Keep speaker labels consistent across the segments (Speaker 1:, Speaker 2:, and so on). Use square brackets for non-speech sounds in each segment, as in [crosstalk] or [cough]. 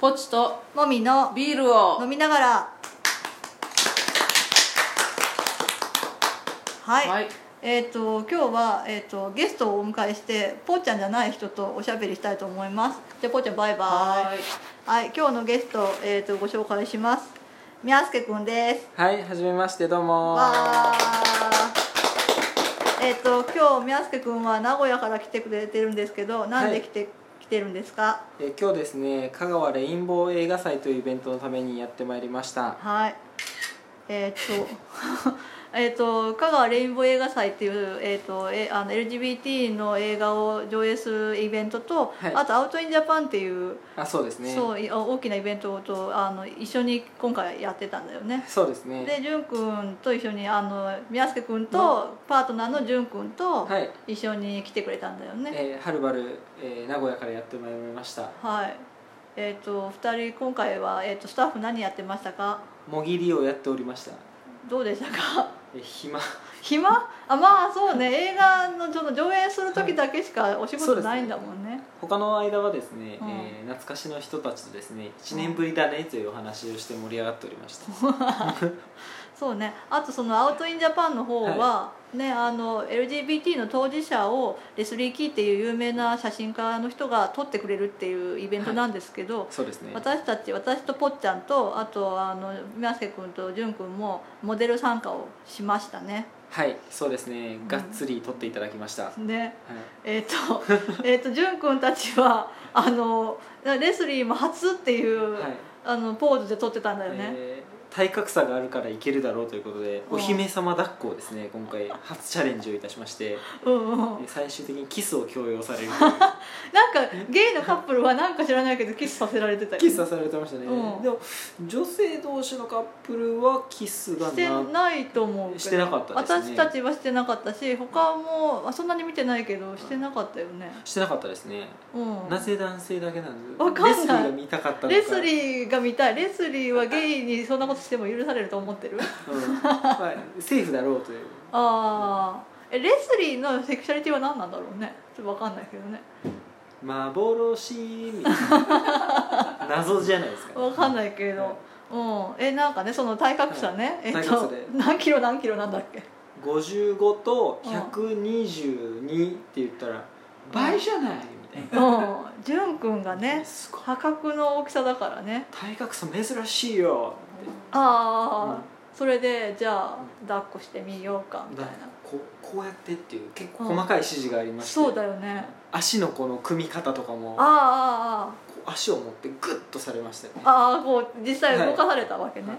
Speaker 1: ポチと
Speaker 2: もみの
Speaker 1: ビールを
Speaker 2: 飲みながらはい、
Speaker 1: はい
Speaker 2: えっ、と今日は、えー、とゲストをお迎えしてぽーちゃんじゃない人とおしゃべりしたいと思いますじゃあぽーちゃんバイバイ
Speaker 1: は
Speaker 2: はいい、今日のゲスト、えー、とご紹介しますみやすけくんです
Speaker 3: はい、はじめまして、どうも。
Speaker 2: わーえっ、と今日みやすけくんは名古屋から来てくれてるんですけどなんで来て、来てるんですか
Speaker 3: え今日ですね、香川レインボー映画祭というイベントのためにやってまいりました。
Speaker 2: はい。えーっと。 [laughs] えーっと香川レインボー映画祭っていう、えーっとえあの LGBT の映画を上映するイベントと、
Speaker 3: はい
Speaker 2: あと「アウト・イン・ジャパン」っていう,、
Speaker 3: あ、そうですね。
Speaker 2: そうい大きなイベントとあの一緒に今回やってたんだよね。
Speaker 3: そうですね。
Speaker 2: で潤君と一緒にあの宮助君とパートナーの潤君と
Speaker 3: はい
Speaker 2: 一緒に来てくれたんだよね。
Speaker 3: えーはるばる、えー名古屋からやってまいりました。
Speaker 2: はいえーっと2人今回は、えーっとスタッフ何やってましたか
Speaker 3: もぎりをやっておりました。
Speaker 2: どうでしたか
Speaker 3: えー暇。
Speaker 2: 暇あまあそうね映画のちょっと上映する時だけしかお仕
Speaker 3: そ
Speaker 2: 事
Speaker 3: うですね
Speaker 2: ないんだもんね,、
Speaker 3: 他の間はですね、
Speaker 2: うん
Speaker 3: えー懐かしの人たちとですね、一年ぶりだねというお話をして盛り上がっておりました。
Speaker 2: そうねあとその「アウト・イン・ジャパン」の方は、ね、あの LGBT の当事者をレスリー・キーっていう有名な写真家の人が撮ってくれるっていうイベントなんですけど、
Speaker 3: そうですね。
Speaker 2: 私たち私とぽっちゃんとあとあの宮瀬君と潤君もモデル参加をしましたね。
Speaker 3: はい、そうですね。がっつり撮っていただきました。はい。
Speaker 2: ねえっ、 [laughs] とえっと潤君たちはあのレスリーも初っていう、
Speaker 3: はい。
Speaker 2: あのポーズで撮ってたんだよね、
Speaker 3: えー体格差があるからいけるだろうということで
Speaker 2: うん
Speaker 3: お姫様抱っこをですね今回初チャレンジをいたしまして
Speaker 2: うんうん
Speaker 3: えー最終的にキスを強要される
Speaker 2: [laughs] なんかゲイのカップルはなんか知らないけどキスさせられてたり
Speaker 3: キスさせられてましたね、
Speaker 2: うん
Speaker 3: でも女性同士のカップルはキスが
Speaker 2: して
Speaker 3: な
Speaker 2: ないと思うけど
Speaker 3: してなかったですね
Speaker 2: 私たちはしてなかったし他もあそんなに見てないけどしてなかったよね
Speaker 3: してなかったですね、
Speaker 2: うん
Speaker 3: なぜ男性だけなんで
Speaker 2: わかんない
Speaker 3: レスリーが見たかったのか
Speaker 2: レスリーが見たいレスリーはゲイにそんなことしても許されると思って
Speaker 3: [laughs]
Speaker 2: る
Speaker 3: うんまあ、セーフだろうという
Speaker 2: ああえレスリーのセクシャリティは何なんだろうねちょっと分かんないけどね
Speaker 3: 幻みたい
Speaker 2: [laughs]
Speaker 3: な謎じゃないですか、
Speaker 2: 分かんないけど、うんえなんかねその体格差ね、えっ
Speaker 3: 体格差
Speaker 2: と
Speaker 3: で
Speaker 2: 何キロ何キロなんだっけ
Speaker 3: 55と122って言ったら倍じゃないみたいな
Speaker 2: うん潤くんがね
Speaker 3: すごい
Speaker 2: 破格の大きさだからね
Speaker 3: 体格差珍しいよ
Speaker 2: ああ、
Speaker 3: うん
Speaker 2: それでじゃあ抱っこしてみようかみたいな、
Speaker 3: ここうやってっていう結構細かい指示がありまして、
Speaker 2: そうだよね
Speaker 3: 足のこの組み方とかもこ
Speaker 2: あ
Speaker 3: う足を持ってグッとされましたよね
Speaker 2: あああああこう実際
Speaker 3: はい
Speaker 2: 動かされたわけね、
Speaker 3: はい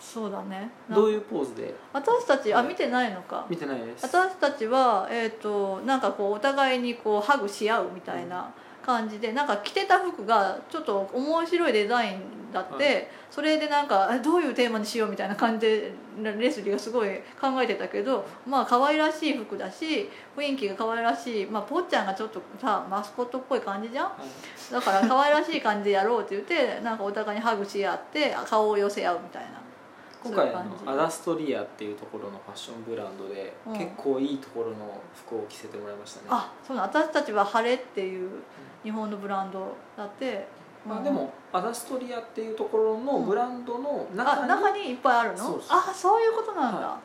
Speaker 2: そうだね
Speaker 3: どう
Speaker 2: う
Speaker 3: いうポーズで
Speaker 2: 私たちあ見てないのか
Speaker 3: 見てないです
Speaker 2: 私たちはえっ、となんかこうお互いにこうハグし合うみたいな感じで、なんか着てた服がちょっと面白いデザインだって、
Speaker 3: は
Speaker 2: それでなんかあどういうテーマにしようみたいな感じでレスリーがすごい考えてたけどまあ可愛らしい服だし雰囲気が可愛らしいまあぽっちゃんがちょっとさマスコットっぽい感じじゃん
Speaker 3: はい
Speaker 2: だから可愛らしい感じでやろうって言ってなんかお互いにハグし合って顔を寄せ合うみたいな
Speaker 3: 今回
Speaker 2: そういう
Speaker 3: あ
Speaker 2: 感じ
Speaker 3: のアダストリアっていうところのファッションブランドで、
Speaker 2: うん
Speaker 3: 結構いいところの服を着せてもらいましたね
Speaker 2: あそうなの私たちは「晴れ」っていう日本のブランドだって、
Speaker 3: ま
Speaker 2: う
Speaker 3: あ、
Speaker 2: ん
Speaker 3: でもアダストリアっていうところのブランドの中
Speaker 2: あ
Speaker 3: に
Speaker 2: 中にいっぱいあるの
Speaker 3: そうそう
Speaker 2: あそういうことなんだ、
Speaker 3: は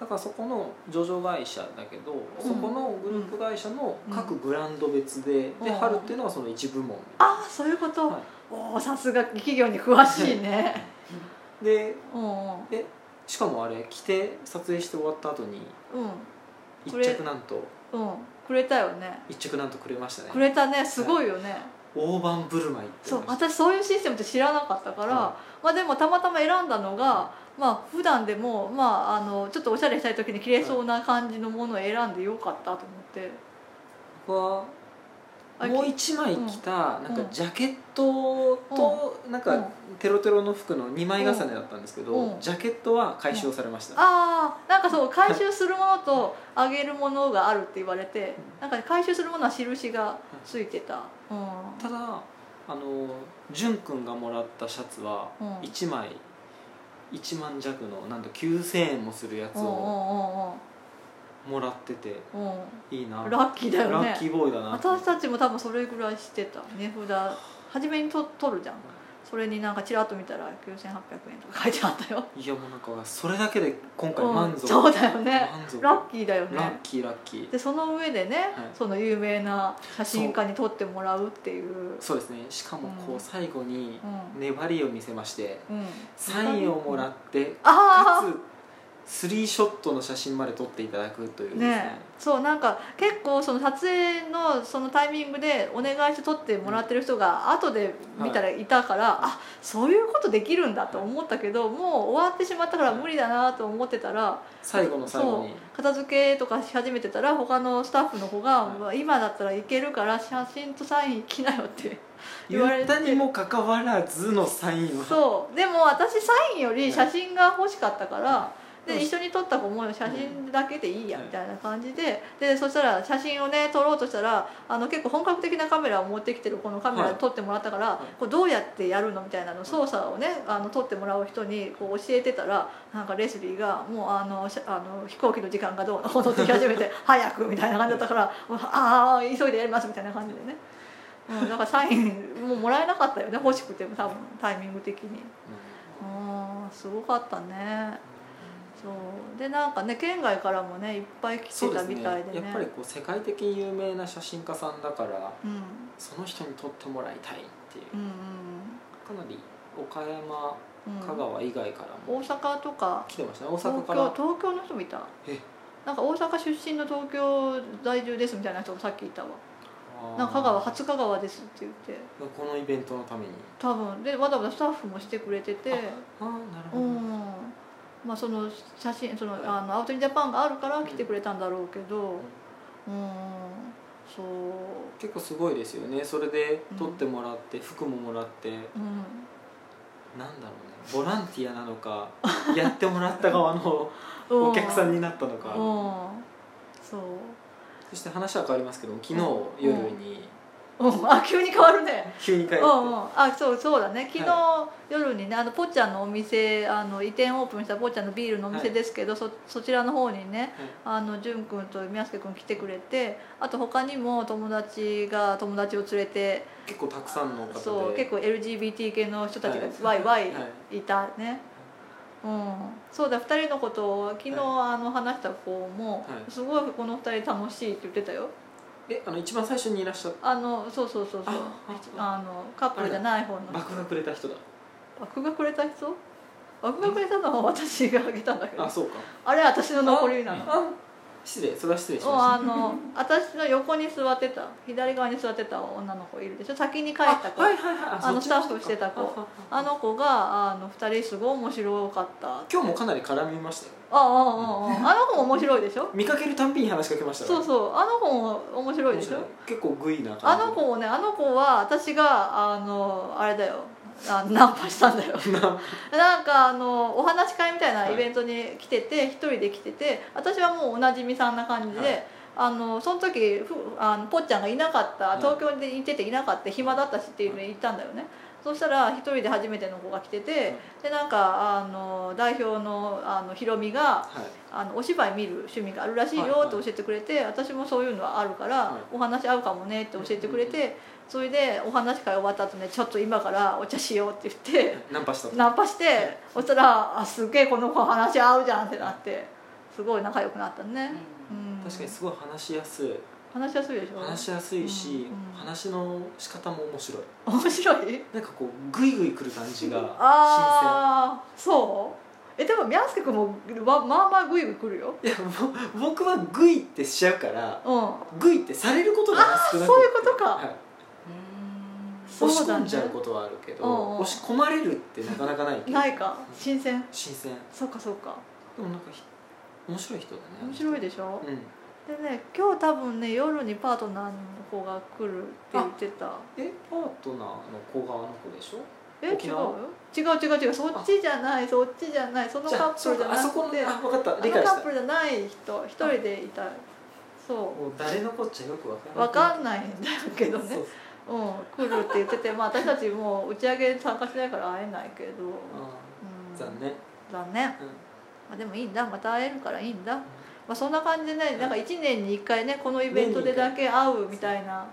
Speaker 3: だからそこの上場会社だけど、
Speaker 2: ん
Speaker 3: そこのグループ会社の各ブランド別で、
Speaker 2: うん
Speaker 3: で
Speaker 2: うん
Speaker 3: 春っていうのはその一部門
Speaker 2: あそういうこと、
Speaker 3: はい
Speaker 2: おおさすが企業に詳しいね
Speaker 3: で
Speaker 2: うんうん
Speaker 3: でしかもあれ着て撮影して終わった後に一
Speaker 2: これ
Speaker 3: 着なんと
Speaker 2: うんうんくれたよね
Speaker 3: 一着なんとくれました
Speaker 2: く
Speaker 3: ね
Speaker 2: れたねすごいよね、
Speaker 3: 大盤振る舞いって
Speaker 2: そう
Speaker 3: 言いました
Speaker 2: 私そういうシステムって知らなかったから、
Speaker 3: は
Speaker 2: まあでもたまたま選んだのがまあ普段でもまああのちょっとおしゃれしたい時に着れそうな感じのものを選んでよかったと思って
Speaker 3: 僕は
Speaker 2: あ
Speaker 3: もう
Speaker 2: き
Speaker 3: 一枚着たなん
Speaker 2: う
Speaker 3: か
Speaker 2: ん
Speaker 3: ジャケットとなん
Speaker 2: う
Speaker 3: か
Speaker 2: ん
Speaker 3: テロテロの服の2枚重ねだったんですけ
Speaker 2: う
Speaker 3: ど
Speaker 2: ん
Speaker 3: ジャケットは回収をされました
Speaker 2: ああなんかそう回収するものとあげるものがあるって言われてなんか回収するものは印がついてた、うん、
Speaker 3: ただあの潤くんがもらったシャツは
Speaker 2: うん
Speaker 3: 1枚1万弱のなんと9000円もするや
Speaker 2: う
Speaker 3: つ
Speaker 2: んう
Speaker 3: をもらってて
Speaker 2: んうんうん
Speaker 3: いいな
Speaker 2: うんラッキーだよ
Speaker 3: ラ
Speaker 2: ね
Speaker 3: ッキーボーイだな
Speaker 2: 私たちも多分それぐらいしてた値札初めにと取るじゃんそれになんかちらっと見たら9800円とか書いてあったよ
Speaker 3: いやもうなんかそれだけで今回
Speaker 2: うん
Speaker 3: 満足、
Speaker 2: そうだよね
Speaker 3: 満足
Speaker 2: ラッキーだよね
Speaker 3: ラッキーラッキー
Speaker 2: でその上でね、その有名な写真家に撮ってもらうっていう
Speaker 3: そうですねしかもこ
Speaker 2: うん
Speaker 3: う最後に
Speaker 2: うん
Speaker 3: 粘りを見せまして
Speaker 2: うん
Speaker 3: サインをもらって
Speaker 2: あ
Speaker 3: かつスリーショットの写真まで撮っていただくという
Speaker 2: あ
Speaker 3: です
Speaker 2: ね
Speaker 3: ね
Speaker 2: そうなんか結構その撮影のそのタイミングでお願いして撮ってもらってる人が後で見たらいたから、あそういうことできるんだと思ったけどもう終わってしまったから無理だなと思ってたら
Speaker 3: 最後の最後に
Speaker 2: 片付けとかし始めてたら他のスタッフの子が
Speaker 3: はい
Speaker 2: まあ「今だったらいけるから写真とサイン来なよ」
Speaker 3: [laughs]
Speaker 2: って言われ
Speaker 3: 言
Speaker 2: て
Speaker 3: ったにもかかわらずのサインは
Speaker 2: そうでも私サインより写真が欲しかったから、
Speaker 3: は
Speaker 2: で一緒に撮った子も写真だけでいいやみたいな感じででそしたら写真をね撮ろうとしたらあの結構本格的なカメラを持ってきてるこのカメラ
Speaker 3: は
Speaker 2: で
Speaker 3: い
Speaker 2: 撮ってもらったから、
Speaker 3: い
Speaker 2: こうどうやってやるのみたいなの操作をねあの撮ってもらう人にこう教えてたらなんかレスリーがもうあのしあの飛行機の時間がどうのこうのって言い始
Speaker 3: [laughs]
Speaker 2: めて早くみたいな感じだったからもうああ急いでやりますみたいな感じでね。うん、だからサインもうもらえなかったよね欲しくても多分タイミング的にうんすごかったねそうでなんかね県外からもねいっぱい来
Speaker 3: そ
Speaker 2: て
Speaker 3: うで
Speaker 2: た
Speaker 3: す
Speaker 2: み
Speaker 3: ね
Speaker 2: たいでね
Speaker 3: やっぱりこう世界的に有名な写真家さんだから
Speaker 2: うん、うん
Speaker 3: その人に撮ってもらいたいっていうかなり岡山
Speaker 2: うんうん
Speaker 3: 香川以外からも
Speaker 2: 大阪とか
Speaker 3: 来てましたね大
Speaker 2: 東
Speaker 3: 阪
Speaker 2: 京
Speaker 3: から
Speaker 2: 東京の人もいた
Speaker 3: え
Speaker 2: なんか大阪出身の東京在住ですみたいな人もさっきいたわなんか香川初香川ですって言って
Speaker 3: このイベントのために
Speaker 2: 多分でわざわざスタッフもしてくれてて
Speaker 3: ああなる
Speaker 2: う
Speaker 3: ほど、
Speaker 2: んまあその写真そのあのアウトインジャパンがあるから来てくれたんだろうけどうんそう
Speaker 3: 結構すごいですよねそれで撮ってもらって、服ももらって
Speaker 2: うん
Speaker 3: なんだろうねボランティアなのか [laughs] やってもらった側のお客さん
Speaker 2: に
Speaker 3: になったの
Speaker 2: うん
Speaker 3: か、
Speaker 2: そう
Speaker 3: そして話は変わりますけど昨日夜に
Speaker 2: うんあ急に変わるね
Speaker 3: 急に帰っ
Speaker 2: う
Speaker 3: て、
Speaker 2: んうんあそうそうだね昨日夜にねあのぽっちゃんのお店あの移転オープンしたぽっちゃんのビールのお店ですけど、そそちらの方にねあのく君と宮助君来てくれてあと他にも友達が友達を連れて
Speaker 3: 結構たくさんの方で
Speaker 2: そう結構 LGBT 系の人たちがワ
Speaker 3: はい
Speaker 2: イワイ
Speaker 3: はい
Speaker 2: たね、うん、そうだ2人のことを昨日あの話した子も、
Speaker 3: はい
Speaker 2: すごいこの2人楽しいって言ってたよ
Speaker 3: えあの一番最初にいらっしゃっ
Speaker 2: あのそうそうそうそう
Speaker 3: あ
Speaker 2: あのカップルじゃない方の
Speaker 3: た爆がくれた人だ
Speaker 2: 枠がくれた人枠がくれたのは私があげたんだけど
Speaker 3: あ
Speaker 2: あ
Speaker 3: そうか
Speaker 2: れ私の残りなの
Speaker 3: あ失礼それは失礼し
Speaker 2: もう
Speaker 3: ま
Speaker 2: あの私の横に座ってた左側に座ってた女の子いるでしょ先に帰
Speaker 3: した
Speaker 2: 子
Speaker 3: はいはいはい
Speaker 2: あの
Speaker 3: そっち
Speaker 2: スタッフしてた子
Speaker 3: あああ
Speaker 2: あの子があの2人すごい面白かったって
Speaker 3: 今日もかなり絡みましたよ
Speaker 2: あああああああの子も面白いでしょ
Speaker 3: 見かけるたんびに話しかけました
Speaker 2: そうそうあの子も面白いでしょ
Speaker 3: 結構グイな
Speaker 2: あ
Speaker 3: 感じ
Speaker 2: の子もねあの子は私があのあれだよあナンパしたんだ
Speaker 3: [laughs]
Speaker 2: よなんかあのお話し会みたいなイベントに来てて一、人で来てて私はもうおなじみさんな感じで、
Speaker 3: はい
Speaker 2: あのその時ふあのぽっちゃんがいなかった、
Speaker 3: はい
Speaker 2: 東京でいてていなかった暇だったしっていうのに行ったんだよね、そしたら一人で初めての子が来てて、でなんかあの代表のあのひろみが
Speaker 3: はい
Speaker 2: あのお芝居見る趣味があるらしい
Speaker 3: はいは
Speaker 2: よ
Speaker 3: い
Speaker 2: って教えてくれて、私もそういうのはあるから、
Speaker 3: はい
Speaker 2: お話合うかもねって教えてくれて、それでお話会終わった後ねちょっと今からお茶しようって言って、
Speaker 3: ナンパしたと
Speaker 2: ナンパして、そしたら「あすげえこの子話合うじゃん」ってなってすごい仲良くなったね、うん
Speaker 3: 確かにすごい話しやすい
Speaker 2: 話しやすいでしょ
Speaker 3: 話しやすいし、
Speaker 2: うんうん
Speaker 3: 話の仕方も面白い
Speaker 2: 面白い
Speaker 3: なんかこうグイグイ来る感じ
Speaker 2: あ
Speaker 3: が
Speaker 2: あそうえでも宮助君もままあまあグイグイ来るよ
Speaker 3: 新鮮いやぼ僕はグイってしちゃうから
Speaker 2: うん
Speaker 3: グイってされることが少なくて
Speaker 2: あーそういうことか
Speaker 3: はい
Speaker 2: そ
Speaker 3: 押し
Speaker 2: うだ
Speaker 3: 込
Speaker 2: ね
Speaker 3: んじゃうことはあるけど、
Speaker 2: うんうん
Speaker 3: 押し込まれるってなかなかないけど
Speaker 2: ないか新鮮
Speaker 3: 新鮮
Speaker 2: そうかそうか
Speaker 3: でもなんかひ面白い人だね
Speaker 2: 面白い
Speaker 3: で
Speaker 2: でしょ
Speaker 3: うん
Speaker 2: でね今日多分ね夜にパートナーの子が来るって言ってた
Speaker 3: えパートナーの子側の子でしょ
Speaker 2: え違
Speaker 3: 沖
Speaker 2: う
Speaker 3: 縄
Speaker 2: よ違う違う違うそっちじゃないそっちじゃないその
Speaker 3: じ
Speaker 2: カ
Speaker 3: ゃ
Speaker 2: ッ
Speaker 3: あ
Speaker 2: プルじゃな
Speaker 3: そうかあそ
Speaker 2: く
Speaker 3: こ
Speaker 2: て
Speaker 3: ね
Speaker 2: あ
Speaker 3: あ分かった
Speaker 2: の
Speaker 3: 理解
Speaker 2: カ
Speaker 3: した
Speaker 2: ップルじゃない人一人でいたそ
Speaker 3: もう誰のこっちゃよくわか
Speaker 2: う
Speaker 3: ら
Speaker 2: わか
Speaker 3: ない
Speaker 2: んないんだけどね
Speaker 3: そう
Speaker 2: うん来るって言っててまあ私たちもう打ち上げ参加しないから会えないけど、
Speaker 3: あ
Speaker 2: うん、
Speaker 3: ー残念、
Speaker 2: 残念まあ、でもいいんだまた会えるからいいんだ、まあ、そんな感じでねなんか1年に1回ねこのイベントでだけ会うみたいな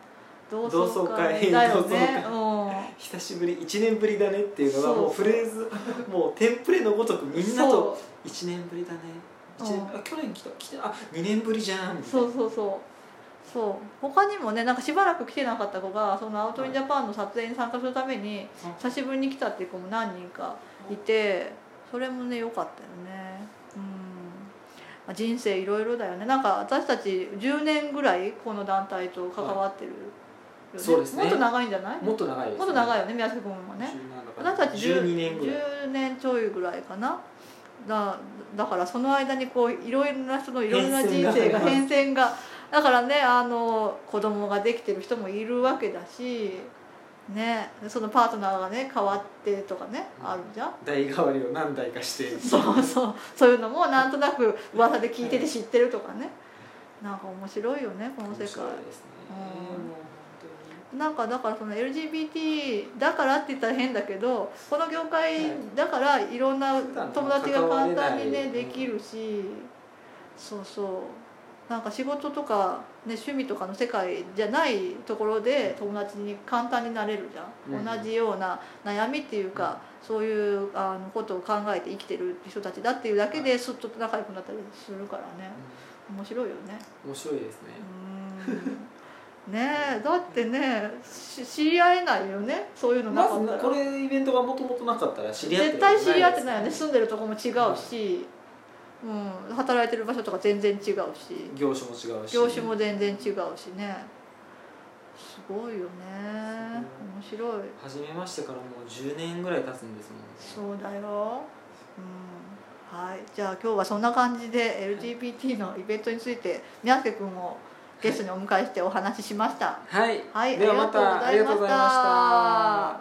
Speaker 2: 同
Speaker 3: 同
Speaker 2: 窓
Speaker 3: 窓
Speaker 2: 会
Speaker 3: 会
Speaker 2: だよね
Speaker 3: 同
Speaker 2: う
Speaker 3: 久しぶり1年ぶりだねっていうのがもう
Speaker 2: そ
Speaker 3: フ
Speaker 2: う
Speaker 3: レーズもうテンプレのごとくみ
Speaker 2: ん
Speaker 3: んなと
Speaker 2: そ
Speaker 3: 「1年ぶりだね」
Speaker 2: うん
Speaker 3: 一年あ去年来た来たあ2年ぶりじゃ
Speaker 2: う
Speaker 3: んみたいな
Speaker 2: そうそうそうそう他にもねなんかしばらく来てなかった子がそのアウト・イン・ジャパンの撮影に参加するために
Speaker 3: あ
Speaker 2: 久しぶりに来たっていう子も何人かいてそれもね良かったよねうんまあ人生いろいろだよねなんか私たち10年ぐらいこの団体と関わってるよね、
Speaker 3: そうですね
Speaker 2: もっと長いんじゃない
Speaker 3: もっと長いです、
Speaker 2: もっと長いよね宮崎君もね
Speaker 3: 私
Speaker 2: 私たち
Speaker 3: 12年ぐらい
Speaker 2: 10年ちょいぐらいかなだだからその間にこういろいろな人のいろいろな人生が変遷
Speaker 3: 変
Speaker 2: がだからねあの子供ができてる人もいるわけだし、ね、そのパートナーがね変わってとかね、
Speaker 3: うん
Speaker 2: あるじゃん
Speaker 3: 代替わりを何代かして
Speaker 2: そうそうそういうのもなんとなく噂で聞いてて知ってるとかねなんか面白いよねこの世
Speaker 3: 面白
Speaker 2: 界
Speaker 3: いですね
Speaker 2: うん
Speaker 3: もう本
Speaker 2: なんかだからその LGBT だからって言ったら変だけどこの業界だからいろんな友達が簡単にね
Speaker 3: 関われない
Speaker 2: できるしそうそうなんか仕事とか、ね、趣味とかの世界じゃないところで友達に簡単になれるじゃん、
Speaker 3: うん
Speaker 2: 同じような悩みっていうか、そういうあのことを考えて生きてる人たちだっていうだけですっと仲良くなったりするからね面白いよね。
Speaker 3: 当に面白いですね
Speaker 2: うーんねえだってねし知り合えないよねそういうのな
Speaker 3: ま
Speaker 2: かった
Speaker 3: ず
Speaker 2: ら、
Speaker 3: これイベントがもともとなかったら知り合って
Speaker 2: 絶
Speaker 3: る
Speaker 2: 対知り合ってないよね
Speaker 3: です
Speaker 2: 住んでるとこも違うし、うん、働いてる場所とか全然違うし
Speaker 3: 業種も違うし
Speaker 2: 業種も全然違うしねすごいよね面白い
Speaker 3: 初めましてからもう10年ぐらい経つんですもん
Speaker 2: そうだよ、うん、はいじゃあ今日はそんな感じで LGBT のイベントについて宮瀬君をゲストにお迎えしてお話ししました
Speaker 3: はい、
Speaker 2: はい、
Speaker 3: ではまた
Speaker 2: あ
Speaker 3: あ
Speaker 2: り
Speaker 3: り
Speaker 2: がと
Speaker 3: がと
Speaker 2: う
Speaker 3: う
Speaker 2: ござ
Speaker 3: ござ
Speaker 2: い
Speaker 3: い
Speaker 2: ま
Speaker 3: ま
Speaker 2: し
Speaker 3: したた。